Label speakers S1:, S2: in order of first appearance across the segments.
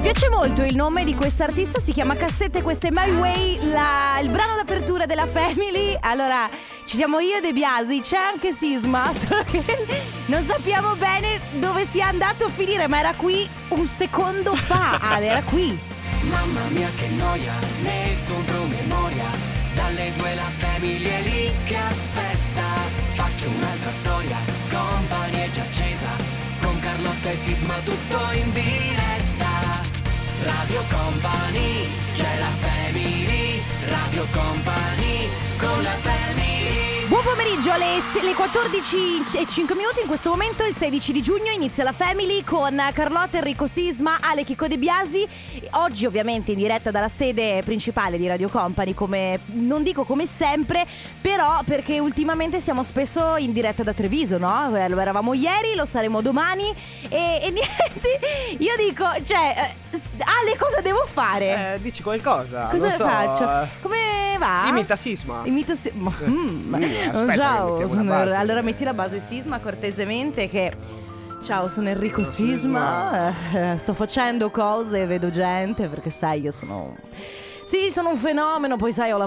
S1: piace molto il nome di quest'artista, si chiama Cassette, questo è My Way, la- il brano d'apertura della Family. Allora, ci siamo io e De Biasi, c'è anche Sisma, solo che non sappiamo bene dove sia andato a finire, ma era qui un secondo fa, Ale, era qui.
S2: Mamma mia che noia, metto un promemoria Dalle due la famiglia è lì che aspetta Faccio un'altra storia, company è già accesa Con Carlotta e Sisma tutto in diretta Radio Company, c'è la family Radio Company, con la family
S1: Buon pomeriggio alle, se- le 14 e 5 minuti in questo momento, il 16 di giugno inizia la Family con Carlotta, Enrico Sisma, Ale Chicco De Biasi, oggi ovviamente in diretta dalla sede principale di Radio Company, come, non dico come sempre, però perché ultimamente siamo spesso in diretta da Treviso, no? Eh, Lo eravamo ieri, lo saremo domani e, e niente, io dico, cioè, eh, s- Ale cosa devo fare?
S3: Eh, dici qualcosa.
S1: cosa
S3: non so. eh.
S1: faccio? Come va?
S3: Imita sisma.
S1: Imito si- ma- mm,
S3: mm, aspetta che
S1: ciao,
S3: mettiamo
S1: sono-
S3: la base.
S1: allora metti la base sisma cortesemente che Ciao, sono Enrico Sisma, eh, sto facendo cose, vedo gente perché sai io sono Sì, sono un fenomeno, poi sai ho la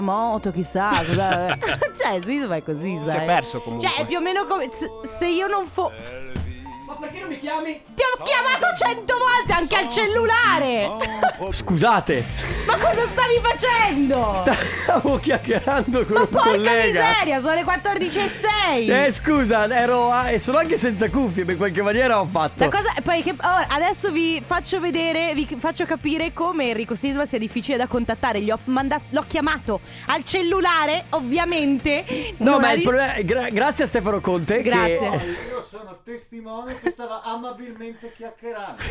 S1: moto, chissà cosa- Cioè, Sisma è così,
S3: Si è
S1: sai
S3: perso comunque.
S1: Cioè, è più o meno come se, se io non fo
S2: Ma perché non mi chiami?
S1: Ti ho chiamato cento volte anche al cellulare
S4: Scusate,
S1: Ma cosa stavi facendo?
S4: stavo chiacchierando con
S1: Ma
S4: un
S1: porca
S4: collega.
S1: miseria, sono le 14 e 6
S4: Eh scusa, ero a- e sono anche senza cuffie, ma in qualche maniera ho fatto.
S1: La cosa poi che ora, adesso vi faccio vedere, vi faccio capire come Enrico Sisma sia difficile da contattare. Gli ho mandato, l'ho chiamato al cellulare, ovviamente.
S4: No,
S1: non ha
S4: ma il
S1: ris-
S4: problema è- gra- grazie a Stefano Conte
S1: Grazie.
S4: che Oh.
S5: Io sono testimone che stava amabilmente chiacchierando.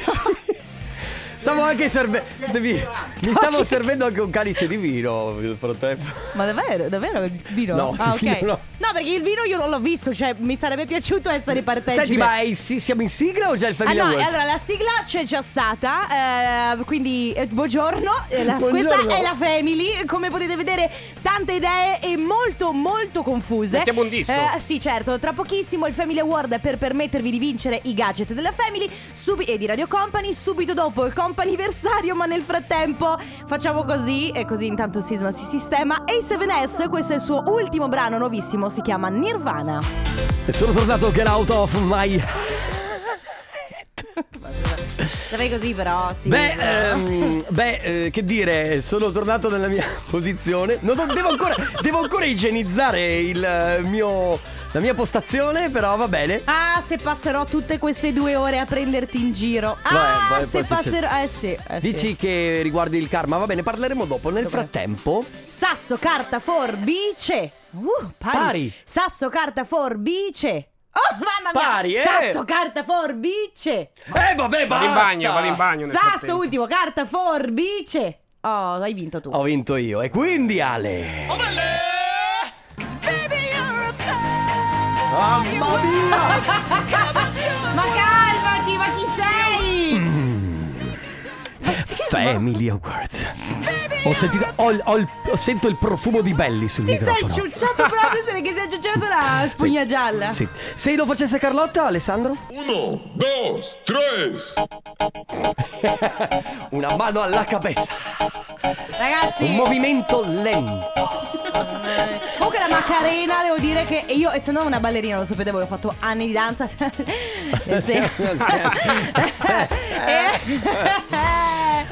S4: stavo anche serve- mi- mi stavo servendo anche un calice di vino nel frattempo.
S1: Ma davvero, davvero il vino?
S4: No,
S1: ah,
S4: il vino
S1: ok.
S4: no.
S1: perché il vino io non l'ho visto, cioè mi sarebbe piaciuto essere partecipe.
S4: Senti, ma è in si- siamo in sigla o già il
S1: Ah
S4: Family
S1: no,
S4: Awards?
S1: allora la sigla c'è già stata, eh, quindi eh, buongiorno, eh, la-
S4: Buongiorno.
S1: questa è la Family, come potete vedere tante idee e molto molto confuse.
S3: Mettiamo un disco.
S1: Eh, sì certo, tra pochissimo il Family Award per permettervi di vincere i gadget della Family subi- e di Radio Company, subito dopo il companiversario, ma nel frattempo facciamo così e così intanto Sisma si sistema e i 7S, questo è il suo ultimo brano nuovissimo, si chiama Nirvana.
S4: Sono tornato Get Out of My...
S1: Sapevi così però, sì.
S4: Beh, ehm, beh, eh, che dire, sono tornato nella mia posizione. No, no, devo, ancora, devo ancora igienizzare il eh, mio, la mia postazione, però va bene.
S1: Ah, se passerò tutte queste due ore a prenderti in giro. Ah,
S4: Vai, vai,
S1: se
S4: poi succede.
S1: passerò. Eh sì. eh sì.
S4: Dici che riguardi il karma, va bene, parleremo dopo. Nel frattempo,
S1: Sasso, carta, forbice. Uh, pari.
S4: Pari.
S1: Sasso, carta, forbice. Oh, mamma mia.
S4: Pari, eh.
S1: Sasso, carta, forbice.
S4: eh, vabbè,
S3: Vado
S4: basta.
S3: in bagno, vado in
S4: Ah,
S3: bagno. nel
S1: Sasso,
S3: frattempo.
S1: ultimo, carta, forbice. Oh, hai vinto tu.
S4: Ho vinto io, e quindi Ale. Mamma mia!
S1: Ma calmati, ma chi sei?
S4: Mm.
S1: Ma sì, ma-
S4: Family Awards. Ho sentito, ho, il- ho il- sento il profumo di belli sul
S1: Ti sei
S4: microfono.
S1: ciucciato proprio se- che sei ciucciato la spugna gialla.
S4: Sì. Se lo facesse Carlotta, Alessandro?
S6: Uno, dos, tres.
S4: Una mano alla cabeza.
S1: Ragazzi.
S4: Un movimento lento.
S1: Comunque la Macarena devo dire che e io essendo una ballerina lo sapete voi ho fatto anni di danza cioè, eh, sì. Eh,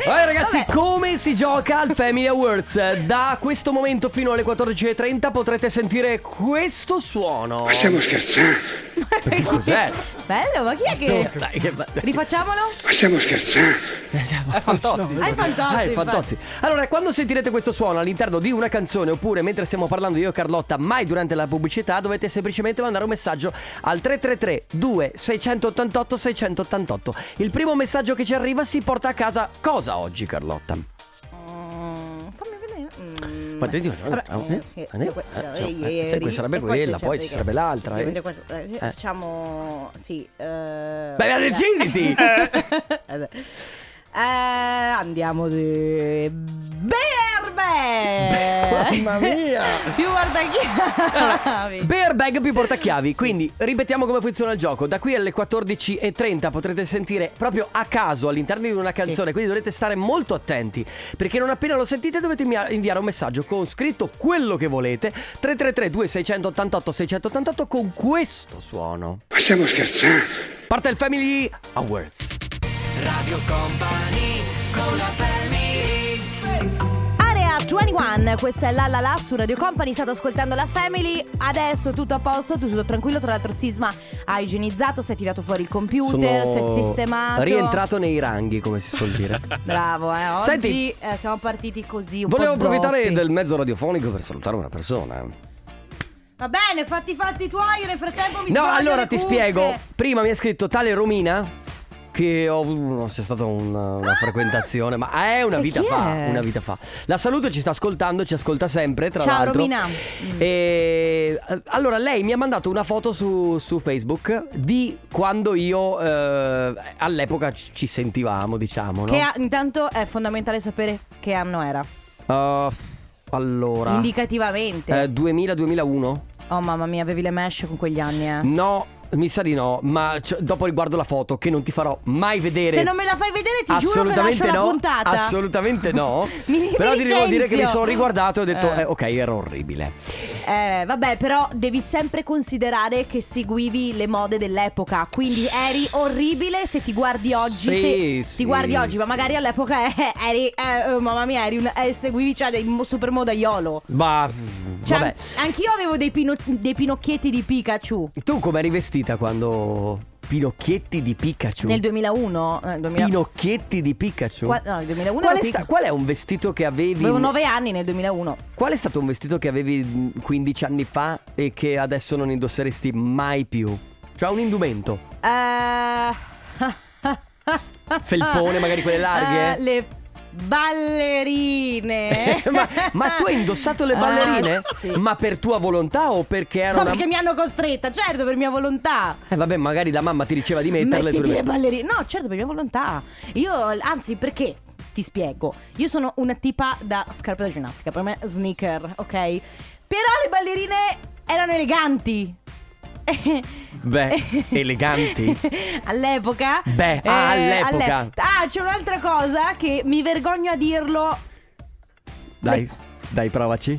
S4: Vabbè ragazzi,
S1: vabbè.
S4: come si gioca al Family Awards? Da questo momento fino alle 14.30 potrete sentire questo suono.
S7: Stiamo scherzando,
S4: Che cos'è?
S1: Bello ma chi è che
S4: Dai, che ba-
S1: Rifacciamolo?
S7: ma stiamo scherzando.
S3: È fantozzi.
S1: Hai fantozzi
S4: Ah, è
S1: infatti.
S4: Fantozzi. Allora, quando sentirete questo suono all'interno di una canzone oppure mentre stiamo parlando io e Carlotta, mai durante la pubblicità, dovete semplicemente mandare un messaggio al 333 2688 688. Il primo messaggio che ci arriva si porta a casa cosa oggi, Carlotta?
S1: Mm, Fammi vedere Mm.
S4: Ma te dico, eh,
S1: eh,
S4: eh,
S1: eh, eh,
S4: eh, eh, cioè, questa sarebbe
S1: e poi
S4: quella,
S1: c'è-
S4: poi ci sarebbe l'altra, eh.
S1: Eh,
S4: Eh.
S1: Facciamo sì. eh,
S4: Beh, ma
S1: Beh,
S4: deciditi!
S1: Eh, andiamo di Berber è?
S4: Mamma mia.
S1: Più guarda chi.
S4: Bear bag più portachiavi. Quindi ripetiamo come funziona il gioco. Da qui alle 14.30 potrete sentire proprio a caso all'interno di una canzone. Quindi dovrete stare molto attenti. Perché non appena lo sentite dovete invia- inviare un messaggio con scritto quello che volete. 333-2688-688 con questo suono.
S7: Ma stiamo scherzando?
S4: Parte il Family Awards.
S2: Radio Company con la family
S1: Area 21, questa è la la la su Radio Company, state ascoltando la Family, adesso tutto a posto, tutto tranquillo, tra l'altro Sisma ha igienizzato, si è tirato fuori il computer, si è sistemato.
S4: Rientrato nei ranghi, come si suol dire.
S1: Bravo, eh. Oggi
S4: Senti,
S1: eh, siamo partiti così un
S4: Volevo
S1: po' zoppi.
S4: approfittare del mezzo radiofonico per salutare una persona.
S1: Va bene, fatti i fatti tuoi, io nel frattempo mi
S4: No,
S1: sbaglio
S4: allora
S1: le
S4: ti
S1: cuffie.
S4: spiego. Prima mi ha scritto tale Romina che ho, no, c'è stata una, una
S1: Ah!
S4: frequentazione, ma è una
S1: E
S4: vita
S1: chi
S4: fa,
S1: è?
S4: una vita fa. La saluto, ci sta ascoltando, ci ascolta sempre, tra
S1: Ciao,
S4: l'altro.
S1: Romina. Mm.
S4: E, eh, allora lei mi ha mandato una foto su, su Facebook di quando io eh, all'epoca ci ci sentivamo, diciamo, no?
S1: Che ha- intanto è fondamentale sapere che anno era.
S4: Eh, allora
S1: Indicativamente.
S4: Ah. eh, 2000-2001?
S1: Oh mamma mia, avevi le mesh con quegli anni, eh.
S4: No, mi sa di no, ma c- dopo riguardo la foto che non ti farò mai vedere.
S1: Se non me la fai vedere ti giuro che
S4: Assolutamente
S1: lascio la
S4: no,
S1: puntata.
S4: Assolutamente no.
S1: Mi- mi
S4: però ti devo dire che mi
S1: licenzio.
S4: sono riguardato e ho detto
S1: Eh.
S4: eh, ok, era orribile.
S1: Eh, vabbè, però devi sempre considerare che seguivi le mode dell'epoca. Quindi eri orribile se ti guardi oggi.
S4: Sì,
S1: se
S4: sì,
S1: ti guardi oggi, ma
S4: sì.
S1: magari all'epoca eh, eri. eh, oh, mamma mia, eri un, eh, seguivi cioè, dei mo- super modaiolo.
S4: Ma
S1: Cioè,
S4: vabbè.
S1: anch'io avevo dei, pino- dei pinocchietti di Pikachu.
S4: Tu come eri vestita quando Pinocchietti di Pikachu?
S1: Nel 2001. eh, 2000
S4: Pinocchietti di Pikachu?
S1: Qua- no, nel 2001
S4: Qual è,
S1: ero
S4: sta-
S1: piccola.
S4: qual è un vestito che avevi?
S1: Avevo 9 anni nel 2001.
S4: Qual è stato un vestito che avevi mh, 15 anni fa e che adesso non indosseresti mai più? Cioè un indumento.
S1: Eh,
S4: Felpone, magari quelle larghe?
S1: Eh, le ballerine.
S4: Eh, ma, ma tu hai indossato le
S1: Ah,
S4: ballerine?
S1: sì.
S4: Ma per tua volontà o perché era
S1: No,
S4: una...
S1: perché mi hanno costretta, certo, per mia volontà.
S4: Eh vabbè, magari la mamma ti diceva di metterle tu
S1: Mettiti
S4: le
S1: le
S4: metti.
S1: ballerine. No, certo, per mia volontà. Io, anzi, perché? Ti spiego. Io sono una tipa da scarpe da ginnastica, per me sneaker, ok? Però le ballerine erano eleganti.
S4: Beh, eleganti.
S1: all'epoca. Eh,
S4: Beh, ah, all'epoca.
S1: Ah, c'è un'altra cosa che mi vergogno a dirlo.
S4: Dai, dai, provaci.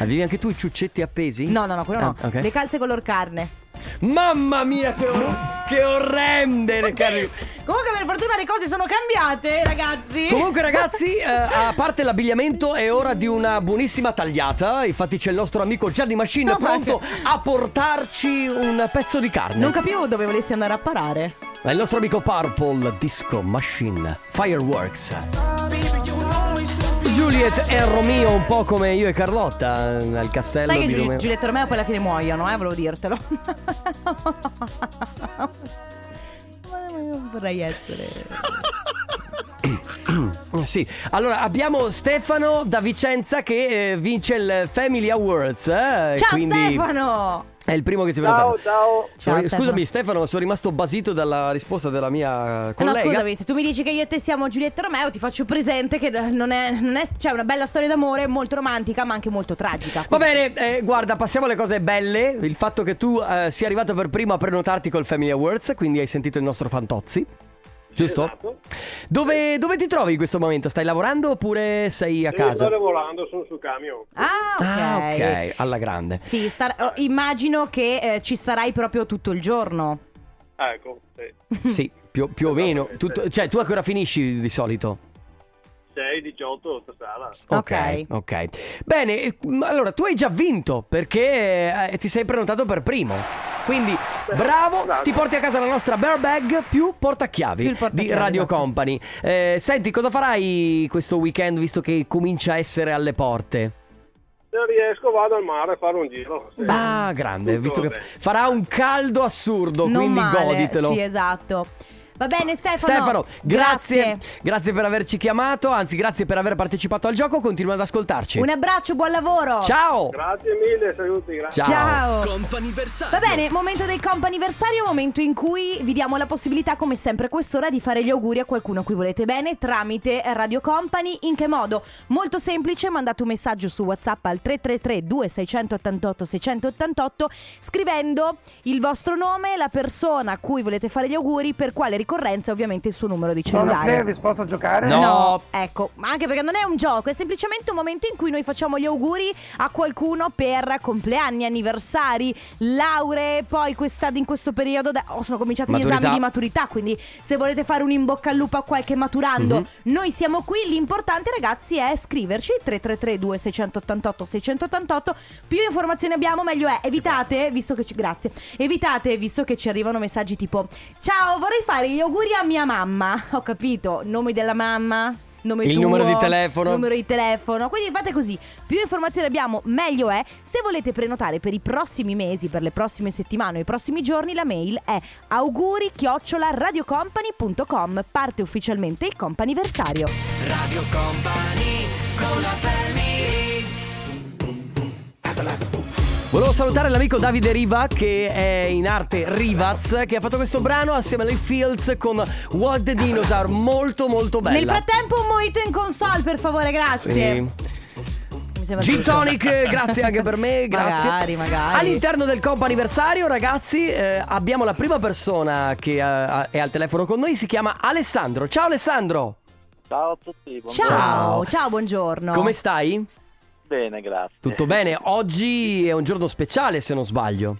S4: Avevi anche tu i ciuccetti appesi?
S1: No, no, no, quello no.
S4: Ah, ok.
S1: Le calze color carne.
S4: Mamma mia, che, or- che orrende le carri-
S1: Comunque, per fortuna le cose sono cambiate, ragazzi.
S4: Comunque ragazzi, eh, a parte l'abbigliamento è ora di una buonissima tagliata. Infatti c'è il nostro amico Gianni Machine
S1: No, ma-
S4: pronto a portarci un pezzo di carne.
S1: Non capivo dove volessi andare a parare.
S4: Ma il nostro amico Purple Disco Machine Fireworks. Juliet e Romeo, un po' come io e Carlotta eh, al castello
S1: Sai che
S4: di
S1: Giul-
S4: Romeo.
S1: Giulietta e Romeo poi alla fine muoiono, eh, volevo dirtelo. Ma non Vorrei essere.
S4: Eh, sì, allora abbiamo Stefano da Vicenza che eh, vince il Family Awards. eh,
S1: Ciao
S4: quindi
S1: Stefano!
S4: È il primo che si
S8: Ciao,
S4: prenotato.
S8: ciao.
S1: Ciao,
S4: Sono-
S1: Stefano.
S4: Scusami Stefano, sono rimasto basito dalla risposta della mia
S1: Eh No,
S4: collega.
S1: scusami, se tu mi dici che io e te siamo Giulietta e Romeo, ti faccio presente che non è. Non è cioè, una bella storia d'amore molto romantica, ma anche molto tragica.
S4: Va bene, eh, guarda, passiamo alle cose belle. Il fatto che tu eh, sia arrivato per primo a prenotarti col Family Awards, quindi hai sentito il nostro Fantozzi. Giusto?
S8: Esatto.
S4: Dove, dove ti trovi in questo momento? Stai lavorando oppure sei a
S8: Io Sto
S4: casa?
S8: lavorando, sono sul camion.
S1: Ah, ok.
S4: Ah, ok, alla grande.
S1: Sì, star- oh, immagino che eh, ci starai proprio tutto il giorno.
S8: Ecco, sì.
S4: Sì, più, più o meno. Tutto- cioè, tu a che ora finisci di solito?
S8: 6, 18 stasera.
S1: Ok.
S4: Ok. Bene, eh, ma allora tu hai già vinto perché eh, ti sei prenotato per primo. Quindi bravo,
S8: Esatto.
S4: ti porti a casa la nostra bear bag più portachiavi,
S1: Più il portachiavi,
S4: di Radio
S1: esatto.
S4: Company. Eh, senti, cosa farai questo weekend visto che comincia a essere alle porte?
S8: Se riesco vado al mare a fare un giro. sì.
S4: Ah, grande,
S8: Tutto
S4: visto che
S8: bene.
S4: farà un caldo assurdo,
S1: non
S4: Oh, quindi
S1: male.
S4: goditelo.
S1: Sì, esatto. Va bene Stefano.
S4: Stefano, grazie. grazie. per averci chiamato, anzi grazie per aver partecipato al gioco, continua ad ascoltarci.
S1: Un abbraccio, buon lavoro.
S4: Ciao!
S8: Grazie mille, saluti, grazie.
S4: Ciao.
S1: Ciao.
S9: Companiversario.
S1: Va bene, momento del comp'anniversario, momento in cui vi diamo la possibilità, come sempre a quest'ora, di fare gli auguri a qualcuno a cui volete bene tramite Radio Company. In che modo? Molto semplice, mandate un messaggio su WhatsApp al 333-2688-688 scrivendo il vostro nome, la persona a cui volete fare gli auguri, per quale ricorrenza e ovviamente il suo numero di cellulare.
S3: posso giocare?
S4: No.
S1: Ecco, ma anche perché non è un gioco, è semplicemente un momento in cui noi facciamo gli auguri a qualcuno per compleanni, anniversari, lauree, poi quest'anno in questo periodo da- oh, sono cominciati gli
S4: Maturità.
S1: esami di maturità, quindi se volete fare un in bocca al lupo a qualche maturando,
S4: Mhm.
S1: noi siamo qui, l'importante ragazzi è scriverci 333 2688 688, più informazioni abbiamo meglio è,
S4: Esatto.
S1: evitate, visto che ci, grazie, evitate visto che ci arrivano messaggi tipo Ciao, vorrei fare gli auguri a mia mamma. Ho capito, nome della mamma. Nome
S4: Il
S1: tuo,
S4: numero di telefono.
S1: Numero di telefono. Quindi fate così. Più informazioni abbiamo, meglio è. Se volete prenotare per i prossimi mesi, per le prossime settimane o i prossimi giorni, la mail è auguri radiocompany.com. Parte ufficialmente il comp'anniversario.
S2: Radio Company con la family
S4: Volevo salutare l'amico Davide Riva che è in arte Rivaz che ha fatto questo brano assieme a Lee Fields con What the Dinosaur, molto molto bella.
S1: Nel frattempo un mojito in console, per favore, grazie.
S4: Sì.
S1: Mi sembra
S4: Gin
S1: giusto.
S4: Tonic, eh, grazie anche per me, grazie.
S1: Magari, magari.
S4: All'interno del comp anniversario, ragazzi, eh, abbiamo la prima persona che eh, ha- è al telefono con noi, si chiama Alessandro. Ciao Alessandro!
S10: Ciao a tutti, buon-
S1: Ciao, ciao,
S4: Ciao.
S1: buongiorno.
S4: Come stai?
S10: bene, grazie.
S4: Tutto bene? Oggi è un giorno speciale, se non sbaglio.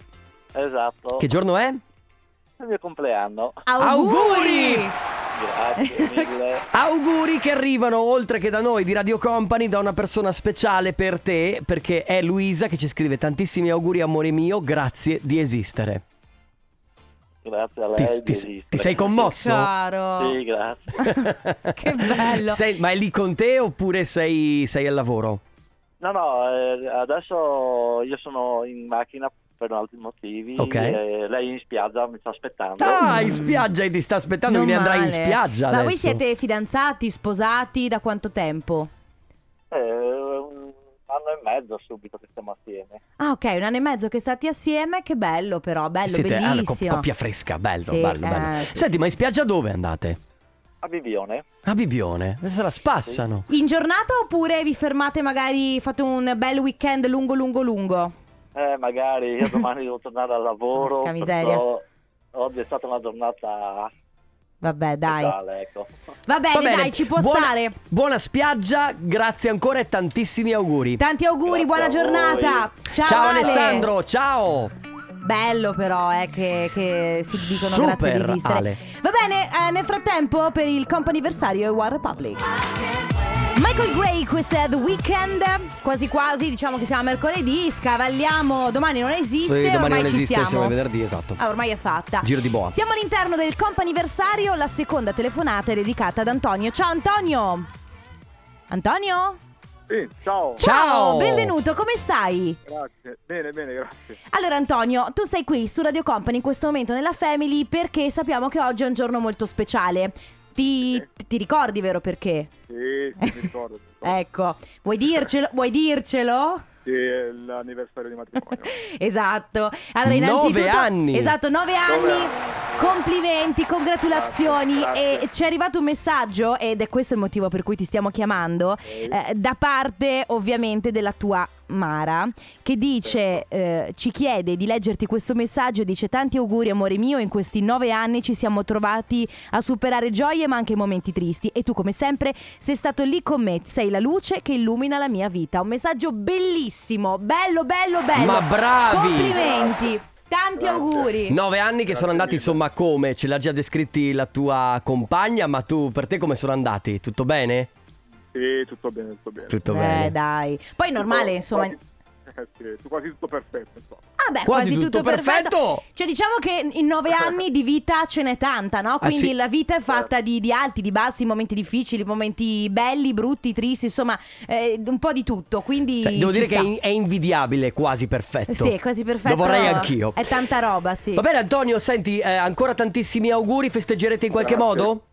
S10: Esatto.
S4: Che giorno è?
S10: È il mio compleanno.
S4: Auguri!
S10: Grazie mille.
S4: Auguri che arrivano oltre che da noi di Radio Company da una persona speciale per te perché è Luisa che ci scrive tantissimi auguri amore mio, grazie di esistere.
S10: Grazie a
S4: Ti,
S10: lei di
S4: ti-
S10: esistere.
S4: ti sei commosso?
S1: Caro.
S10: Sì, grazie.
S1: Che bello.
S4: Sei- ma è lì con te oppure sei, sei al lavoro?
S10: No, no, eh, adesso io sono in macchina per altri motivi.
S4: Ok.
S10: e lei in spiaggia mi sta aspettando.
S4: Ah, in spiaggia e ti sta aspettando,
S1: Non
S4: quindi andrai in
S1: male.
S4: spiaggia
S1: Ma
S4: adesso.
S1: voi siete fidanzati, sposati da quanto tempo?
S10: Eh, un anno e mezzo subito che stiamo assieme.
S1: Ah, ok, un anno e mezzo che state assieme, che bello però, bello,
S4: Siete ah, la co-
S1: bellissimo.
S4: coppia fresca, bello,
S1: Sì,
S4: bello,
S1: eh,
S4: bello.
S1: sì,
S4: Senti, ma in spiaggia dove andate?
S10: A Bibione.
S4: A Bibione, se la spassano.
S1: In giornata oppure vi fermate magari, fate un bel weekend lungo, lungo, lungo?
S10: Eh, magari io domani devo tornare al lavoro.
S1: Porca miseria.
S10: perciò Oggi è stata una giornata
S1: Vabbè, dai.
S10: speciale, ecco.
S1: Va bene,
S4: Va bene,
S1: dai, ci può
S4: buona-
S1: stare.
S4: Buona spiaggia, grazie ancora e tantissimi auguri.
S1: Tanti auguri,
S10: Grazie
S1: buona
S10: a
S1: giornata. Ciao,
S4: Ciao
S1: Ale.
S4: Alessandro, ciao!
S1: Bello però, eh, che, che si dicono
S4: Super,
S1: grazie di esistere.
S4: Ale.
S1: Va bene, eh, nel frattempo per il comp'anniversario è One Republic. Michael Gray, questo è The Weeknd, quasi quasi, diciamo che siamo a mercoledì, scavalliamo, domani non esiste,
S4: Sì, domani
S1: ormai
S4: non
S1: ci
S4: esiste,
S1: siamo.
S4: siamo a venerdì, esatto.
S1: Ah, ormai è fatta.
S4: Giro di boa.
S1: Siamo all'interno del comp'anniversario, la seconda telefonata è dedicata ad Antonio. Ciao Antonio! Antonio?
S8: Sì, ciao,
S1: oh,
S4: Ciao!
S1: benvenuto, come stai?
S8: grazie. Bene, bene, grazie.
S1: Allora Antonio, tu sei qui su Radio Company in questo momento nella Family perché sappiamo che oggi è un giorno molto speciale. Ti, ti ricordi vero perché?
S8: Sì, mi ricordo.
S1: Ecco, vuoi dircelo? Vuoi dircelo?
S8: Sì, è l'anniversario di matrimonio.
S1: Esatto. Allora, innanzitutto,
S4: Nove anni.
S1: Esatto, nove
S8: Nove
S1: anni.
S8: anni.
S1: Complimenti, congratulazioni.
S8: Grazie, grazie.
S1: E ci è arrivato un messaggio, ed è questo il motivo per cui ti stiamo chiamando, eh, da parte ovviamente della tua Mara, che dice, eh, ci chiede di leggerti questo messaggio, dice tanti auguri amore mio, in questi nove anni ci siamo trovati a superare gioie ma anche momenti tristi e tu come sempre sei stato lì con me, sei la luce che illumina la mia vita. Un messaggio bellissimo, bello, bello, bello.
S4: Ma bravi!
S1: Complimenti, tanti auguri.
S4: Nove anni che sono andati, insomma, come? Ce l'ha già descritti la tua compagna, ma tu, per te come sono andati? Tutto bene?
S8: Sì, tutto bene, tutto bene.
S4: Tutto
S1: Eh,
S4: bene.
S1: dai. Poi è normale,
S8: Tutto-
S1: insomma.
S8: quasi-
S9: Eh sì, tu quasi tutto perfetto. insomma.
S1: Ah beh, quasi,
S4: Quasi tutto perfetto.
S1: Cioè, diciamo che in nove anni di vita ce n'è tanta, no? Quindi
S4: Ah, sì. Certo.
S1: la vita è fatta di, di alti, di bassi, momenti difficili, momenti belli, brutti, tristi, insomma, eh, un po' di tutto. Quindi.
S4: Cioè, devo
S1: ci
S4: dire che è,
S1: sta.
S4: in- è invidiabile, quasi perfetto.
S1: Sì, è quasi perfetto.
S4: Lo vorrei anch'io.
S1: È tanta roba, sì.
S4: Va bene, Antonio, senti, eh, ancora tantissimi auguri. Festeggerete in qualche
S9: Grazie.
S4: modo?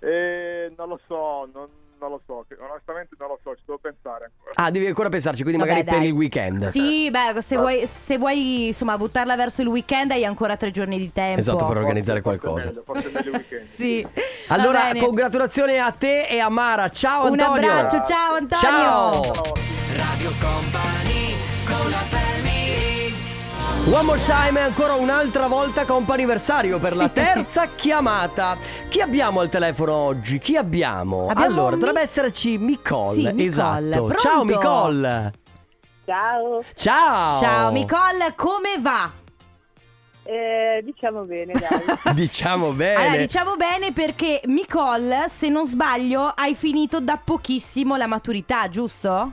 S9: Eh, non lo so, non, non lo so. che- Onestamente non lo so, ci devo pensare ancora.
S4: Ah, devi ancora pensarci, quindi
S1: Vabbè,
S4: magari per
S1: dai.
S4: il weekend.
S1: Sì, beh, se vuoi, se vuoi insomma buttarla verso il weekend hai ancora tre giorni di tempo.
S4: Esatto, per organizzare
S9: Forse- forse
S4: qualcosa.
S9: è meglio, Forse è meglio il weekend.
S1: Sì. Va
S4: Allora,
S1: bene.
S4: congratulazioni a te e a Mara. Ciao,
S1: un
S4: Antonio.
S1: abbraccio, ciao Antonio.
S4: Ciao.
S9: Ciao.
S2: Radio Company con la family
S4: One more time e ancora un'altra volta comp'anniversario per la terza chiamata. Chi abbiamo al telefono oggi? Chi abbiamo?
S1: Abbiamo
S4: allora,
S1: Mi-
S4: dovrebbe esserci Nicole.
S1: Sì, Nicole.
S4: Esatto.
S1: Pronto?
S4: Ciao Nicole.
S11: Ciao,
S4: Ciao.
S1: Ciao Nicole, come va?
S11: eh, diciamo bene, dai.
S4: Diciamo bene.
S1: Allora, diciamo bene perché Nicole, se non sbaglio, hai finito da pochissimo la maturità, giusto?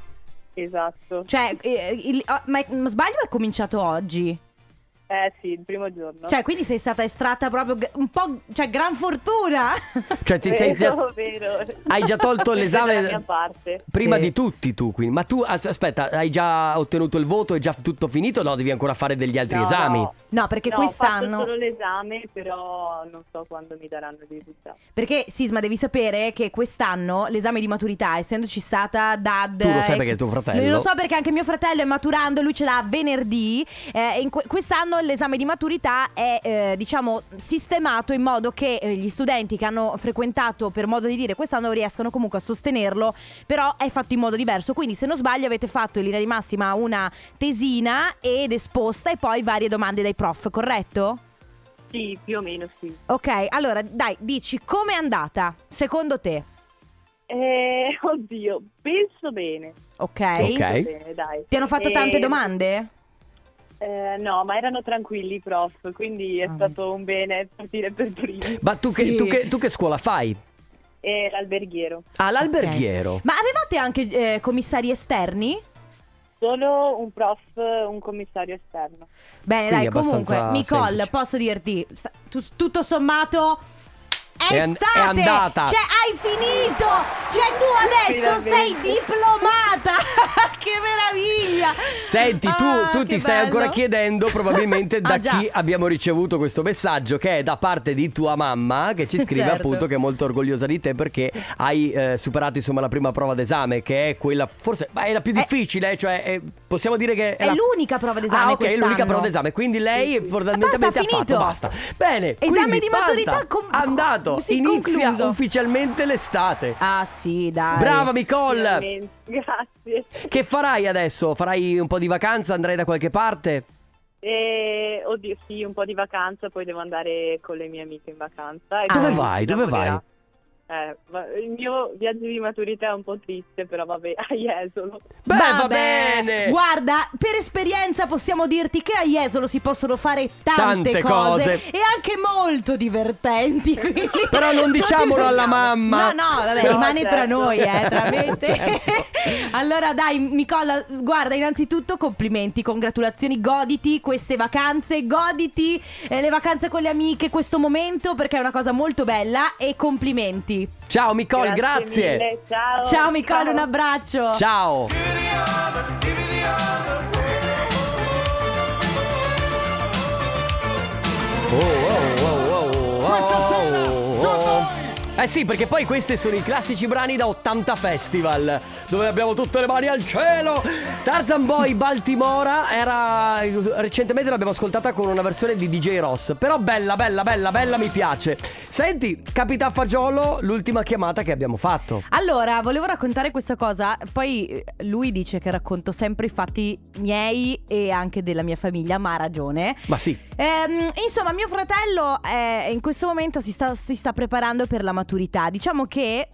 S11: esatto.
S1: Cioè, eh, il- oh, ma ma sbaglio o è cominciato oggi?
S11: Eh sì, il primo giorno.
S1: Cioè, quindi sei stata estratta proprio g- un po', cioè, gran fortuna.
S4: Cioè, ti sei già-
S11: Vero, vero.
S4: hai già tolto l'esame
S11: Dalla Ecco. mia parte.
S4: prima
S1: Sì.
S4: di tutti tu, quindi. Ma tu as- aspetta, hai già ottenuto il voto, è già tutto finito? No, devi ancora fare degli altri
S11: No,
S4: esami.
S11: no.
S1: No, perché
S11: No,
S1: quest'anno...
S11: Ho fatto solo l'esame, però non so quando mi daranno i risultati.
S1: Perché Sisma devi sapere che quest'anno l'esame di maturità, essendoci stata DAD...
S4: Tu lo sai
S1: eh,
S4: perché è tuo fratello.
S1: Lo so perché anche mio fratello è maturando, lui ce l'ha venerdì. eh, e in que- quest'anno l'esame di maturità è, eh, diciamo, sistemato in modo che eh, gli studenti che hanno frequentato, per modo di dire, quest'anno riescano comunque a sostenerlo, però è fatto in modo diverso. Quindi se non sbaglio avete fatto in linea di massima una tesina ed esposta e poi varie domande dai prof, corretto?
S11: Sì, più o meno sì.
S1: Ok, allora dai, dici com'è andata secondo te?
S11: Eh, oddio, penso bene.
S1: Ok.
S4: Ok.
S11: Penso bene, dai.
S1: Ti hanno fatto
S11: Eh,
S1: tante domande?
S11: eh, no, ma erano tranquilli i prof, quindi è
S1: Ah.
S11: stato un bene partire per primi.
S4: Ma tu, che,
S1: Sì.
S4: tu che- tu che scuola fai?
S11: E l'alberghiero.
S4: Ah, l'alberghiero.
S1: Ma avevate anche eh, commissari esterni?
S11: Solo un prof, un commissario esterno.
S1: Bene,
S4: Quindi
S1: dai, comunque,
S4: abbastanza
S1: Nicole,
S4: semplice.
S1: posso dirti, sta- tu- tutto sommato è,
S4: È an-
S1: estate!
S4: è andata.
S1: Cioè, hai finito! Cioè, tu adesso sei
S11: Finalmente.
S1: diplomata! che meraviglia!
S4: Senti, tu,
S1: Ah,
S4: tu
S1: che
S4: ti stai
S1: bello.
S4: ancora chiedendo probabilmente da
S1: Ah, già.
S4: chi abbiamo ricevuto questo messaggio, che è da parte di tua mamma, che ci scrive
S1: Certo.
S4: appunto che è molto orgogliosa di te perché hai eh, superato insomma la prima prova d'esame, che è quella, forse ma è la più
S1: È-
S4: difficile, cioè è- possiamo dire che...
S1: Eh. È
S4: la-
S1: l'unica prova d'esame
S4: Ah, ok, è
S1: quest'anno.
S4: l'unica prova d'esame, quindi lei fondamentalmente
S1: Basta,
S4: ha fatto,
S1: finito.
S4: basta. Bene,
S1: Esame
S4: quindi
S1: di
S4: basta.
S1: maturità com-
S4: andato,
S1: sì,
S4: inizia
S1: concluso.
S4: ufficialmente l'estate.
S1: Ah, sì, dai.
S4: Brava Nicole!
S11: Finalmente. Grazie.
S4: Che farai adesso? Farai un po' di vacanza? Andrai da qualche parte?
S11: E, oddio, sì, un po' di vacanza, poi devo andare con le mie amiche in vacanza. e
S4: Ah. Dove
S11: poi
S4: vai?
S11: si
S4: Dove vai?
S11: lavorerà. Eh, va- il mio viaggio di maturità è un po' triste, però vabbè, a esolo.
S4: Beh, va
S1: Vabbè.
S4: bene.
S1: Guarda, per esperienza possiamo dirti che a Jesolo si possono fare tante,
S4: Tante
S1: cose,
S4: cose.
S1: e anche molto divertenti. quindi diciamo.
S4: Però non diciamolo alla mamma.
S1: No, no, vabbè,
S11: No,
S1: rimane
S11: certo.
S1: tra noi, eh, tra me e te.
S4: Certo.
S1: Allora, dai, Nicola, guarda, innanzitutto complimenti, congratulazioni, goditi queste vacanze, goditi eh, le vacanze con le amiche, questo momento perché è una cosa molto bella e complimenti.
S4: Ciao Nicole, grazie.
S11: grazie. mille, ciao.
S1: Ciao Nicola,
S11: Ciao.
S1: un abbraccio.
S4: Ciao. Oh, oh, oh, oh, oh,
S5: Questa
S4: oh,
S5: sera,
S4: oh,
S5: con
S4: oh.
S5: noi.
S4: Eh sì, perché poi questi sono i classici brani da 80 Festival, dove abbiamo tutte le mani al cielo. Tarzan Boy Baltimora era recentemente l'abbiamo ascoltata con una versione di DJ Ross, però bella, bella, bella, bella, mi piace. Senti, capita a fagiolo l'ultima chiamata che abbiamo fatto.
S1: Allora, volevo raccontare questa cosa, poi eh, lui dice che racconto sempre i fatti miei e anche della mia famiglia, ma ha ragione.
S4: Ma sì,
S1: Ehm, insomma, mio fratello eh, in questo momento si sta, si sta preparando per la maturità. Diciamo che,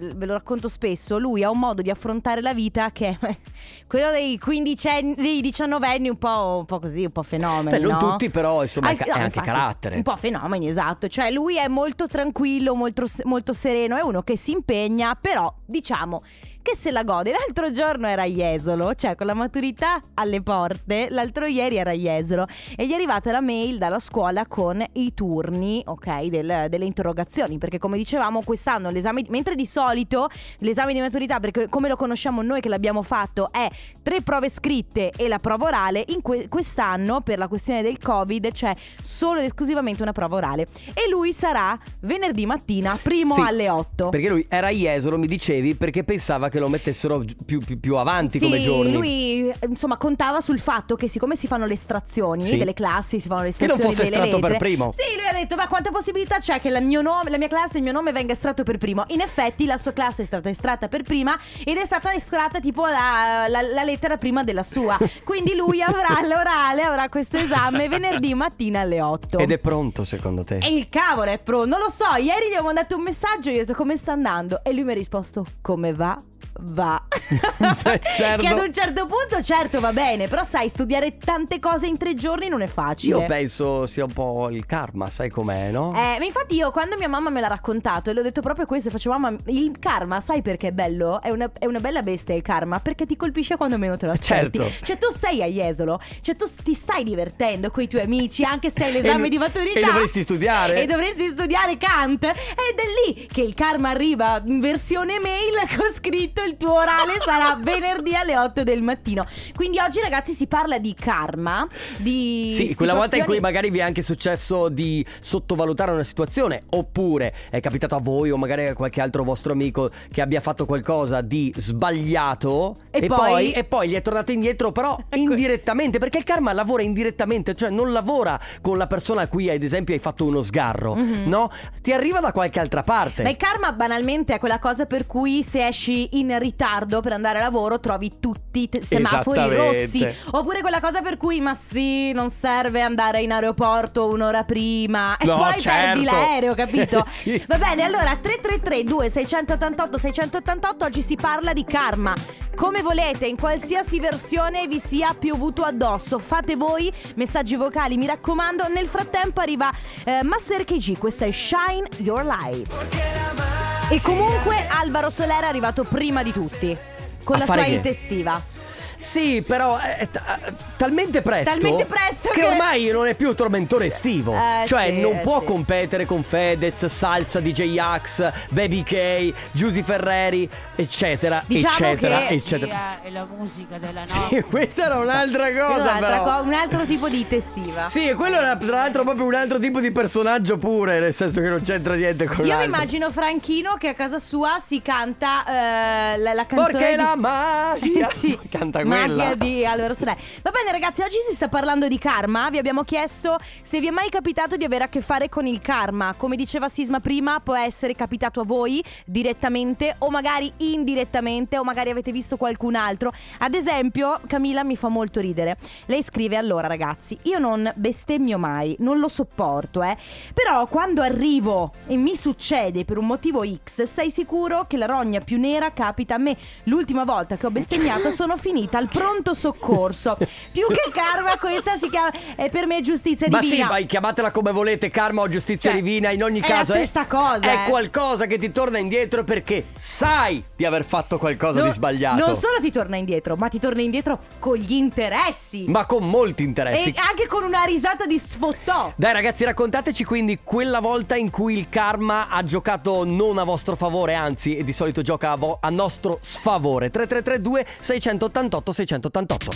S1: l- ve lo racconto spesso, lui ha un modo di affrontare la vita che è quello dei 15 dei 19 anni, un po', un po' così, un po' fenomeni.
S4: Beh, non
S1: no?
S4: tutti, però, insomma,
S1: Al-
S4: è
S1: no,
S4: ca- è anche
S1: infatti,
S4: carattere.
S1: Un po' fenomeni, esatto. Cioè, lui è molto tranquillo, molto, molto sereno, è uno che si impegna, però, diciamo che se la gode. L'altro giorno era a Jesolo, cioè con la maturità alle porte, l'altro ieri era a Jesolo e gli è arrivata la mail dalla scuola con i turni, ok, del- delle interrogazioni, perché come dicevamo quest'anno l'esame, mentre di solito l'esame di maturità, perché come lo conosciamo noi che l'abbiamo fatto, è tre prove scritte e la prova orale, in que- quest'anno per la questione del Covid c'è solo ed esclusivamente una prova orale e lui sarà venerdì mattina, primo
S4: Sì,
S1: alle 8.
S4: Perché lui era a Jesolo, mi dicevi, perché pensava che lo mettessero più, più- più avanti come giorni.
S1: lui eh, insomma contava sul fatto che siccome si fanno le estrazioni
S4: Sì.
S1: delle classi, si fanno le
S4: Che non
S1: estrazioni
S4: fosse
S1: delle
S4: estratto per
S1: lettere.
S4: primo.
S1: Sì, lui ha detto "Ma quanta possibilità c'è che la, mio nome- la mia classe, il mio nome venga estratto per primo?". In effetti la sua classe è stata estratta per prima ed è stata estratta tipo la, la- la lettera prima della sua. Quindi lui avrà l'orale, avrà questo esame venerdì mattina alle 8.
S4: Ed è pronto secondo te?
S1: E il cavolo è pro, non lo so, ieri gli ho mandato un messaggio, gli ho detto come sta andando e lui mi ha risposto come va, va.
S4: Beh, certo.
S1: Che ad un certo punto certo va bene, però sai, studiare tante cose in tre giorni non è facile.
S4: Io penso sia un po' il karma, sai com'è, no?
S1: Eh, ma infatti io quando mia mamma me l'ha raccontato e le ho detto proprio questo, faccio mamma, il karma, sai perché è bello? È una, è una bella bestia il karma, perché ti colpisce quando meno te lo aspetti.
S4: Certo.
S1: Cioè tu sei a Jesolo, cioè tu s- ti stai divertendo con i tuoi amici, anche se hai l'esame
S4: E-
S1: di maturità.
S4: e dovresti studiare.
S1: E dovresti studiare Kant. Ed è lì che il karma arriva in versione mail con scritto il tuo orale sarà venerdì alle 8 del mattino. Quindi oggi ragazzi si parla di karma, di...
S4: Sì, quella volta in
S1: situazioni-
S4: cui magari vi è anche successo di sottovalutare una situazione, oppure è capitato a voi o magari a qualche altro vostro amico che abbia fatto qualcosa di sbagliato
S1: E poi-
S4: e poi gli è tornato indietro, però
S1: Ecco.
S4: indirettamente, perché il karma lavora indirettamente, cioè non lavora con la persona a cui ad esempio hai fatto uno sgarro,
S1: Mhm.
S4: no? Ti arriva da qualche altra parte.
S1: Ma il karma banalmente è quella cosa per cui se esci in ritardo per andare a lavoro trovi tutti i te- semafori
S4: Esattamente.
S1: rossi. Oppure quella cosa per cui ma sì, non serve andare in aeroporto un'ora prima e
S4: No,
S1: poi perdi
S4: certo.
S1: l'aereo, capito?
S4: Sì.
S1: Va bene, allora 333 2688 688 oggi si parla di karma. Come volete, in qualsiasi versione vi sia piovuto addosso, fate voi messaggi vocali, mi raccomando. Nel frattempo arriva eh, Master KG, questa è Shine Your Light. E comunque Alvaro Solera è arrivato prima di tutti. Con
S4: A
S1: la
S4: fare
S1: sua
S4: che?
S1: intestiva.
S4: Sì, però eh, è ta- talmente presto.
S1: Talmente presto
S4: che,
S1: che-
S4: ormai non è più tormentore estivo.
S1: Eh,
S4: cioè,
S1: sì,
S4: non
S1: eh,
S4: può
S1: sì.
S4: competere con Fedez, Salsa, DJ Ax, Baby K, Giusy Ferreri, eccetera,
S1: Diciamo
S4: eccetera,
S1: che-
S4: eccetera.
S12: è la musica della
S4: Sì, questa era un'altra cosa.
S1: Un'altra
S4: però.
S1: Esatto, co- un altro tipo di intestiva.
S4: Sì, e quello era tra l'altro proprio un altro tipo di personaggio pure, nel senso che non c'entra niente con
S1: Io mi
S4: l'altro.
S1: immagino Franchino che a casa sua si canta eh, la, la canzone.
S4: Perché
S1: di-
S4: la magia
S1: sì.
S4: canta
S1: Magia
S4: quella.
S1: di Alvaro Soler. Va bene ragazzi, oggi si sta parlando di karma. Vi abbiamo chiesto se vi è mai capitato di avere a che fare con il karma. Come diceva Sisma prima, può essere capitato a voi direttamente o magari indirettamente o magari avete visto qualcun altro. Ad esempio, Camilla mi fa molto ridere. Lei scrive allora ragazzi, io non bestemmio mai, non lo sopporto, eh. Però quando arrivo e mi succede per un motivo X, stai sicuro che la rogna più nera capita a me. L'ultima volta che ho bestemmiato sono finita al pronto soccorso. Più che karma, questa si chiama è per me giustizia
S4: Ma sì,
S1: divina.
S4: ma chiamatela come volete, karma o giustizia
S1: Cioè,
S4: divina, in ogni
S1: è la
S4: caso
S1: stessa cosa,
S4: È
S1: eh.
S4: qualcosa che ti torna indietro perché sai di aver fatto qualcosa
S1: Non-
S4: di sbagliato.
S1: Non solo ti torna indietro, ma ti torna indietro con gli interessi.
S4: Ma con molti interessi.
S1: E anche con una risata di sfottò.
S4: Dai ragazzi, raccontateci quindi quella volta in cui il karma ha giocato non a vostro favore, anzi di solito gioca a, vo- a nostro sfavore. 3332 688 688.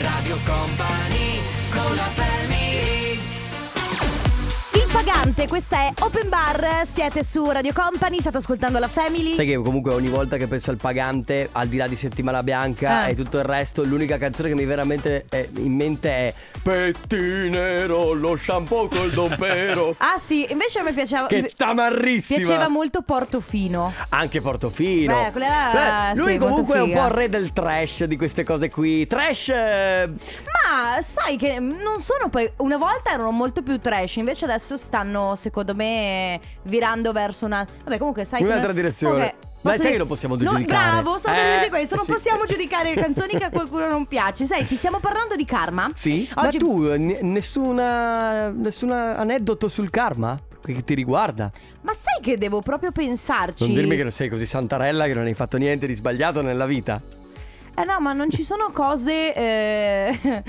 S2: Radio Company con la family
S1: Il pagante, questa è Open Bar, siete su Radio Company, state ascoltando la Family.
S4: Sai che comunque ogni volta che penso al pagante, al di là di Settimana Bianca
S1: Eh.
S4: e tutto il resto, l'unica canzone che mi veramente è in mente è Pettinero, lo shampoo col dompero.
S1: Ah sì, invece a me piaceva
S4: che tamarrissima.
S1: Piaceva molto Portofino.
S4: Anche Portofino.
S1: Beh, quella era-
S4: lui
S1: sì, molto
S4: comunque è un
S1: figa.
S4: po' il re del trash di queste cose qui. Trash eh,
S1: Ma sai che non sono poi una volta erano molto più trash, invece adesso stanno secondo me virando verso una Vabbè, comunque sai
S4: Un'altra
S1: come-
S4: direzione.
S1: Ok,
S4: Dai,
S1: posso
S4: sai
S1: dire-
S4: che non possiamo
S1: No,
S4: giudicare.
S1: bravo, stavo per
S4: Eh,
S1: dirti questo, non
S4: sì.
S1: possiamo giudicare le canzoni che a qualcuno non piace. Senti, stiamo parlando di karma.
S4: Sì.
S1: Oggi
S4: Ma tu eh, n- nessuna nessuna aneddoto sul karma? che ti riguarda.
S1: Ma sai che devo proprio pensarci?
S4: Non dirmi che non sei così santarella che non hai fatto niente di sbagliato nella vita.
S1: Eh no, ma non ci sono cose. Eh...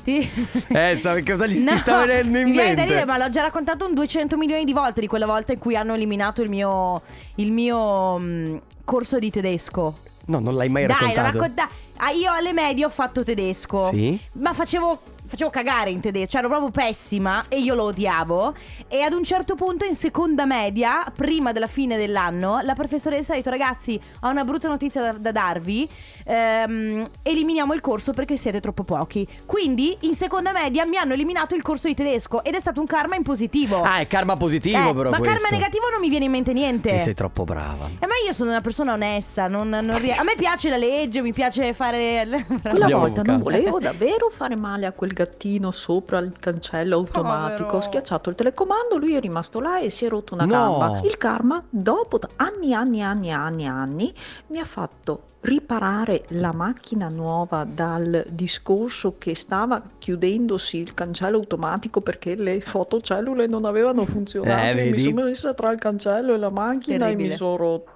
S1: ti-
S4: Eh, sa- cosa gli
S1: No,
S4: ti sta venendo in
S1: mi viene
S4: mente?
S1: da ridere, ma l'ho già raccontato un 200 milioni di volte di quella volta in cui hanno eliminato il mio, il mio mm, corso di tedesco.
S4: No, non l'hai mai
S1: Dai, l'ho
S4: raccontato.
S1: racconta- Ah, io alle medie ho fatto tedesco.
S4: Sì?
S1: Ma facevo, facevo cagare in tedesco, cioè ero proprio pessima e io lo odiavo. E ad un certo punto, in seconda media, prima della fine dell'anno, la professoressa ha detto: Ragazzi, ho una brutta notizia da, da darvi. Ehm, eliminiamo il corso perché siete troppo pochi. Quindi, in seconda media mi hanno eliminato il corso di tedesco ed è stato un karma in positivo.
S4: Ah, è karma positivo
S1: Eh,
S4: però
S1: ma
S4: questo.
S1: karma negativo non mi viene in mente niente.
S4: E sei troppo brava.
S1: Eh, ma io sono una persona onesta, non, non ri- a me piace la legge, mi piace fare...
S12: Quella
S4: Abbiamo
S12: volta non
S4: Luca.
S12: volevo davvero fare male a quel gattino sopra il cancello automatico.
S1: Povero.
S12: Ho schiacciato il telecomando, lui è rimasto là e si è rotto una
S4: No.
S12: gamba. Il karma, dopo t- anni, anni, anni, anni, anni, mi ha fatto riparare la macchina nuova dal discorso che stava chiudendosi il cancello automatico perché le fotocellule non avevano funzionato.
S4: Eh,
S12: mi
S4: vedi?
S12: sono messa tra il cancello e la macchina e
S1: Terribile.
S12: mi sono rotto.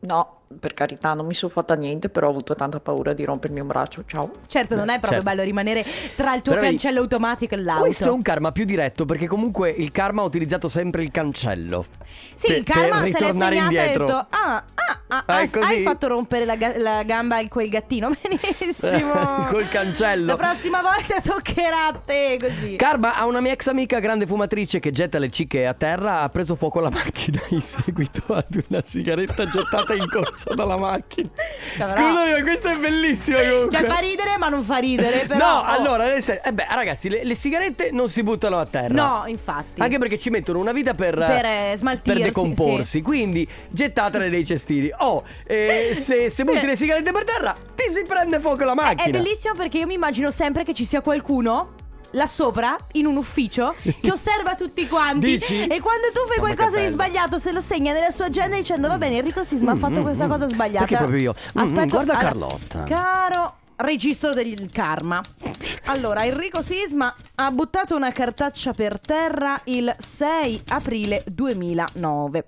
S12: No, per carità, non mi sono fatta niente, però ho avuto tanta paura di rompermi un braccio. Ciao.
S1: Certo, non è proprio
S4: Certo.
S1: bello rimanere tra il tuo
S4: Però vedi,
S1: cancello automatico e l'auto.
S4: Questo è un karma più diretto perché comunque il karma ha utilizzato sempre il cancello.
S1: Sì,
S4: Per-
S1: il karma
S4: per
S1: se l'è segnato
S4: ritornare
S1: e ha
S4: indietro.
S1: detto ah, ah, ah,
S4: Ah, è
S1: ah, s-
S4: così?
S1: hai fatto rompere la, ga- la gamba a quel gattino, benissimo.
S4: Col cancello.
S1: La prossima volta toccherà a te così.
S4: Karma ha una mia ex amica grande fumatrice che getta le cicche a terra, ha preso fuoco la macchina in seguito ad una sigaretta gettata in corsa dalla macchina.
S1: Cavrà.
S4: Scusami, ma questo è bellissimo comunque.
S1: Cioè fa ridere ma non fa ridere, però...
S4: no,
S1: oh.
S4: allora, nel sen- eh beh, ragazzi, le, le sigarette non si buttano a terra.
S1: No, infatti.
S4: Anche perché ci mettono una vita per,
S1: Per, eh,
S4: per
S1: smaltirsi,
S4: decomporsi. Quindi gettatele nei cestini. Oh, eh, se, se butti
S1: Beh.
S4: le sigarette per terra, ti si prende fuoco la
S1: Eh, È-
S4: macchina.
S1: È bellissimo perché io mi immagino sempre che ci sia qualcuno là sopra, in un ufficio, che osserva tutti quanti.
S4: Dici?
S1: E quando tu fai
S4: Mamma, che
S1: qualcosa di
S4: bello.
S1: sbagliato, se lo segna nella sua agenda dicendo: Va bene, Enrico Sisma ha fatto questa cosa sbagliata.
S4: Mm, Perché proprio io? Mm, mm,
S1: Aspetta,
S4: guarda
S1: allora,
S4: Carlotta.
S1: Caro. Registro del karma. Allora, Enrico Sisma ha buttato una cartaccia per terra il 6 aprile 2009.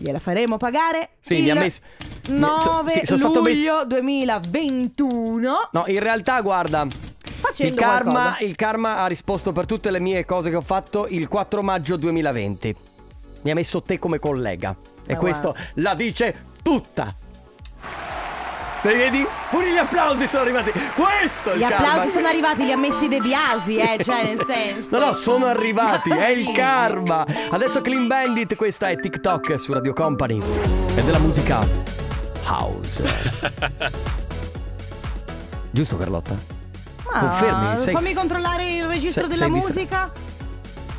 S1: Gliela faremo pagare
S4: Sì,
S1: il
S4: mi ha messo- mi- so-
S1: 9
S4: sì, sono stato
S1: luglio
S4: messo-
S1: 2021.
S4: No, in realtà, guarda.
S1: Facendo
S4: Il karma,
S1: qualcosa.
S4: il karma ha risposto per tutte le mie cose che ho fatto il 4 maggio 2020. Mi ha messo te come collega. e
S1: Ma
S4: questo la dice tutta. Vedi? Vedi? Pure gli applausi sono arrivati. Questo è il
S1: Gli
S4: karma.
S1: applausi sono arrivati, li ha messi De Biasi, eh, cioè nel senso.
S4: No, no, sono arrivati. È il
S1: Sì.
S4: karma. Adesso Clean Bandit, questa è TikTok su Radio Company. È della musica house. Giusto, Carlotta?
S1: Ma
S4: Confermi, sei-
S1: Fammi controllare il registro
S4: sei-
S1: della
S4: sei distra-
S1: musica.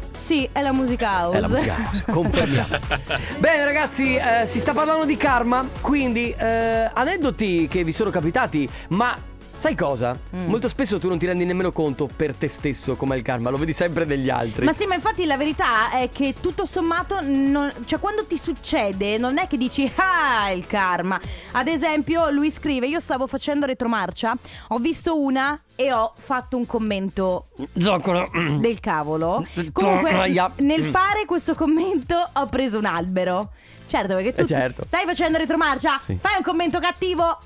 S1: Sì, è la musica house.
S4: È la musica house, confermiamo. Bene ragazzi, eh, si sta parlando di karma, quindi eh, aneddoti che vi sono capitati, ma sai cosa?
S1: Mm.
S4: Molto spesso tu non ti rendi nemmeno conto per te stesso com'è il karma, lo vedi sempre negli altri.
S1: Ma sì, ma infatti la verità è che tutto sommato, non- cioè quando ti succede non è che dici ah il karma. Ad esempio lui scrive, io stavo facendo retromarcia, ho visto una e ho fatto un commento
S4: Zoccolo. mm.
S1: del cavolo. Comunque
S4: Troia.
S1: nel
S4: Mm.
S1: fare questo commento ho preso un albero. Certo, perché tu
S4: Eh, certo.
S1: stai facendo retromarcia,
S4: Sì.
S1: fai un commento cattivo.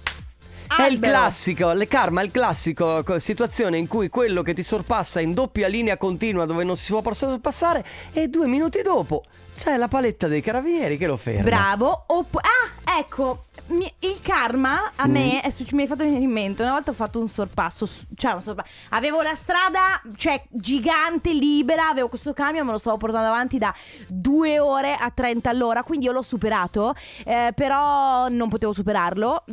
S4: È il
S1: albero.
S4: classico, le karma è il classico co- situazione in cui quello che ti sorpassa in doppia linea continua dove non si può sorpassare e due minuti dopo c'è la paletta dei carabinieri che lo ferma.
S1: Bravo. opp- ah, ecco. mi- il karma a
S4: Mm.
S1: me è suc- mi hai fatto venire in mente. Una volta ho fatto un sorpasso. su- Cioè, un sorpa- Avevo la strada, cioè, gigante, libera. Avevo questo camion, me lo stavo portando avanti da due ore a 30 all'ora. Quindi io l'ho superato. eh, però non potevo superarlo.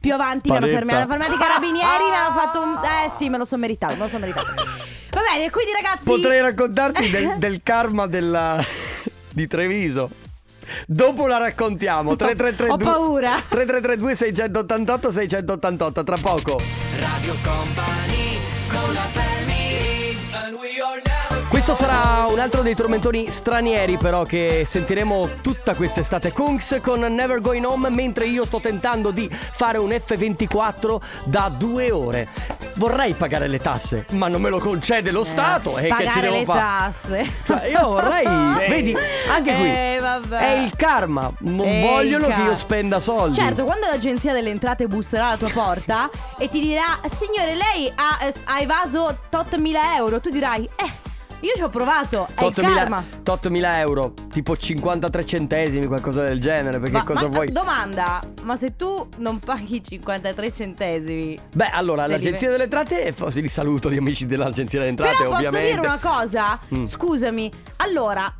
S1: Più avanti mi hanno
S4: Paletta. Ah!
S1: fermato, mi hanno fermato i carabinieri. mi hanno fatto un. Eh sì, me lo sono meritato. Me lo sono meritato. Va bene, quindi ragazzi.
S4: Potrei raccontarti del, del karma della- di Treviso. Dopo la raccontiamo. 3332
S1: Ho paura.
S4: 3332 688 688 tra poco.
S2: Radio Company con la family And we are now
S4: Questo Questo sarà un altro dei tormentoni stranieri però che sentiremo tutta quest'estate. Kungs con Never Going Home mentre io sto tentando di fare un F24 da due ore. Vorrei pagare le tasse, ma non me lo concede lo Stato. E che ci
S1: Eh, Pagare
S4: devo
S1: le
S4: fare?
S1: tasse.
S4: Cioè, io vorrei,
S1: Sì.
S4: vedi, anche qui
S1: Eh, vabbè.
S4: è il karma. Non
S1: Eh, il
S4: vogliono che
S1: karma.
S4: io spenda soldi.
S1: Certo, quando l'agenzia delle entrate busserà alla tua porta e ti dirà Signore, lei ha, eh, ha evaso 8.000 euro Tu dirai, eh, io ci ho provato, è il
S4: 8.000
S1: karma
S4: 8.000 euro, tipo 53 centesimi, qualcosa del genere. Perché
S1: Ma-
S4: cosa
S1: ma-
S4: vuoi?
S1: Domanda, ma se tu non paghi 53 centesimi
S4: Beh, allora,
S1: Delive.
S4: l'agenzia delle entrate, eh, forse li saluto gli amici dell'agenzia delle entrate,
S1: Però posso
S4: ovviamente.
S1: dire una cosa?
S4: Mm.
S1: Scusami, allora.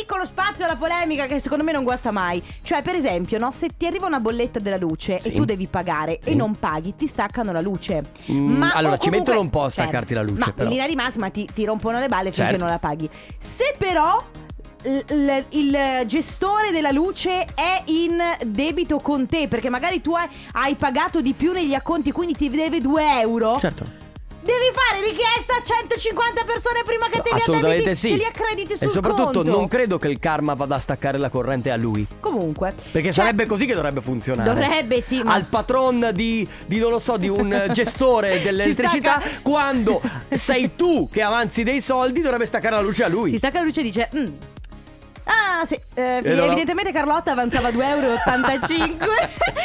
S1: Piccolo spazio alla polemica che secondo me non guasta mai. Cioè, per esempio, no, se ti arriva una bolletta della luce
S4: Sì.
S1: e tu devi pagare
S4: Sì.
S1: e non paghi, ti staccano la luce.
S4: Mm, allora,
S1: o
S4: ci
S1: oh, comunque- certo.
S4: mettono
S1: cioè,
S4: un po' a staccarti la luce,
S1: Ma
S4: però.
S1: in linea di massima ti, ti rompono le balle finché
S4: Certo.
S1: non la paghi. Se però l- l- il gestore della luce è in debito con te, perché magari tu hai, hai pagato di più negli acconti, quindi ti deve 2 euro.
S4: Certo.
S1: Devi fare richiesta a 150 persone prima che te li
S4: Assolutamente
S1: addebiti,
S4: sì.
S1: che li accrediti sul
S4: e soprattutto
S1: conto.
S4: non credo che il karma vada a staccare la corrente a lui.
S1: Comunque,
S4: Perché
S1: cioè,
S4: sarebbe così che dovrebbe funzionare.
S1: Dovrebbe, sì, ma-
S4: Al patron di, di, non lo so, di un eh, gestore dell'elettricità,
S1: Si stacca-
S4: quando sei tu che avanzi dei soldi, dovrebbe staccare la luce a lui.
S1: si stacca la luce e dice "Mm, Ah sì, eh,
S4: allora-
S1: evidentemente Carlotta avanzava 2,85 euro.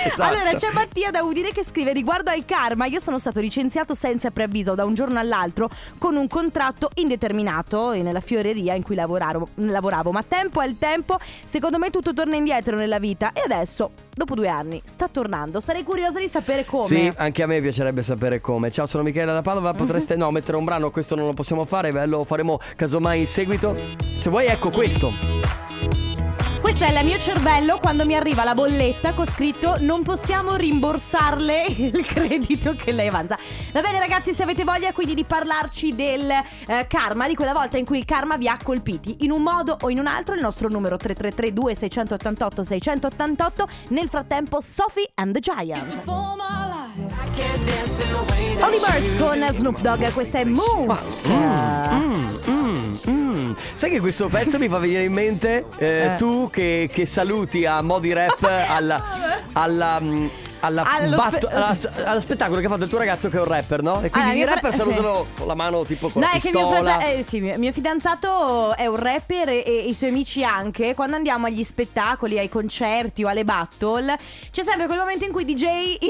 S4: Esatto.
S1: Allora c'è Mattia da Udine che scrive riguardo al karma, io sono stato licenziato senza preavviso da un giorno all'altro con un contratto indeterminato e nella fioreria in cui lavoravo, lavoravo, ma tempo è il tempo, secondo me tutto torna indietro nella vita e adesso, dopo due anni, sta tornando, sarei curiosa di sapere come. Mhm.
S4: Sì, anche a me piacerebbe sapere come. Ciao, sono Michele da Padova. Potreste no, mettere un brano, questo non lo possiamo fare, ve lo faremo casomai in seguito. Se vuoi, ecco questo.
S1: Questo è il mio cervello quando mi arriva la bolletta con scritto non possiamo rimborsarle il credito che lei avanza. Va bene ragazzi, se avete voglia quindi di parlarci del eh, karma, di quella volta in cui il karma vi ha colpiti in un modo o in un altro, il nostro numero 3332 688 688. Nel frattempo Sophie and the Giant. Olivers con Snoop Dogg, questa è Moose.
S4: Mm, mm, mm. Sai che questo pezzo mi fa venire in mente eh,
S1: Eh.
S4: tu che, che saluti a modi rap alla. alla mm, alla
S1: Allo spe- eh,
S4: batto- alla- allo spettacolo che ha fatto il tuo ragazzo che è un rapper, no?
S1: Allora,
S4: E quindi i
S1: mio
S4: rapper
S1: fra- eh,
S4: salutano con la mano tipo con
S1: No,
S4: la
S1: è che mio,
S4: pistola.
S1: frate- eh, sì, mio- mio fidanzato è un rapper e, e i suoi amici anche. Quando andiamo agli spettacoli, ai concerti o alle battle, c'è sempre quel momento in cui DJ,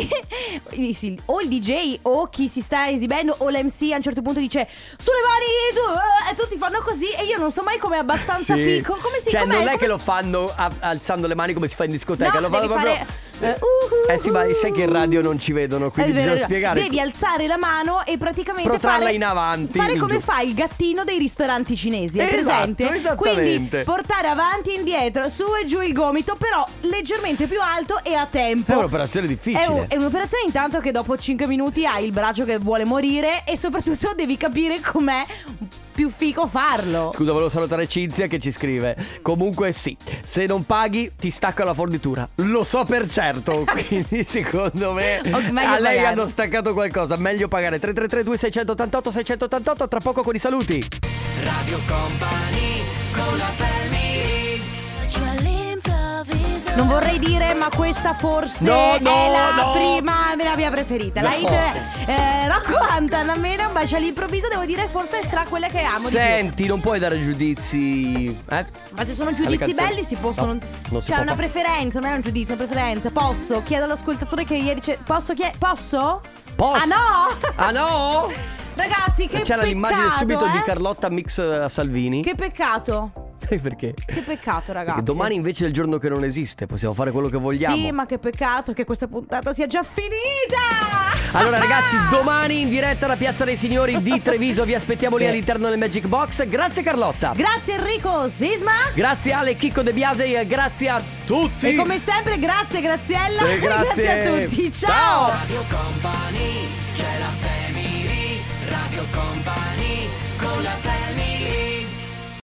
S1: i- sì, o il DJ o chi si sta esibendo o l'MC a un certo punto dice sulle mani tu, eh", e tutti fanno così e io non so mai come è abbastanza
S4: Sì.
S1: fico. Come si
S4: Cioè,
S1: com'è?
S4: non è
S1: Come
S4: che lo fanno a- alzando le mani come si fa in discoteca,
S1: No,
S4: lo
S1: devi
S4: fanno proprio.
S1: fare, eh, uh. uhuhu.
S4: eh sì, ma sai che in radio non ci vedono, quindi
S1: È vero,
S4: bisogna
S1: è vero.
S4: spiegare.
S1: Devi alzare la mano e praticamente
S4: Protrarla
S1: fare,
S4: in avanti,
S1: Fare
S4: in
S1: come
S4: giù.
S1: fa il gattino dei ristoranti cinesi, è
S4: Esatto,
S1: presente?
S4: esattamente.
S1: Quindi portare avanti e indietro, su e giù il gomito, però leggermente più alto e a tempo.
S4: È un'operazione difficile.
S1: È, un- è un'operazione intanto che dopo 5 minuti hai il braccio che vuole morire e soprattutto devi capire com'è più fico farlo.
S4: Scusa, volevo salutare Cinzia che ci scrive. Comunque sì, se non paghi ti stacca la fornitura. Lo so per certo, quindi secondo me
S1: Ok,
S4: a lei
S1: meglio pagare.
S4: hanno staccato qualcosa. Meglio pagare 3332 688 688 tra poco con i saluti.
S2: Radio Company con la family
S1: Non vorrei dire, ma questa forse
S2: No, no,
S1: è la
S2: no.
S1: prima, la mia preferita. La
S4: No.
S1: hit eh, Rocco Antan, a me non bacia all'improvviso, devo dire forse è tra quelle che amo di
S4: Senti, non puoi dare giudizi. Eh?
S1: più. Ma se sono
S4: Alle
S1: giudizi
S4: canzoni.
S1: belli si possono...
S4: No, non si
S1: cioè,
S4: può
S1: una
S4: fare.
S1: preferenza, non è un giudizio, è una preferenza. Posso? Chiedo all'ascoltatore che ieri... c'è- Posso? Chie- posso?
S4: Posso?
S1: Ah no!
S4: Ah no?
S1: Ragazzi, che
S4: C'era
S1: peccato,
S4: l'immagine subito di
S1: eh?
S4: Carlotta mix a Salvini.
S1: Che peccato,
S4: Sai perché?
S1: che peccato
S4: Perché
S1: ragazzi.
S4: domani invece è il giorno che non esiste, possiamo fare quello che vogliamo.
S1: Sì, ma che peccato che questa puntata sia già finita! Ah!
S4: Allora ragazzi, domani in diretta alla Piazza dei Signori di Treviso vi aspettiamo lì all'interno del Magic Box. Grazie Carlotta.
S1: Grazie Enrico Sisma.
S4: grazie Ale Chicco De Biase e grazie a tutti.
S1: E come sempre, grazie Graziella.
S4: E grazie.
S1: a tutti.
S4: Ciao.
S1: Ciao.
S2: Radio Company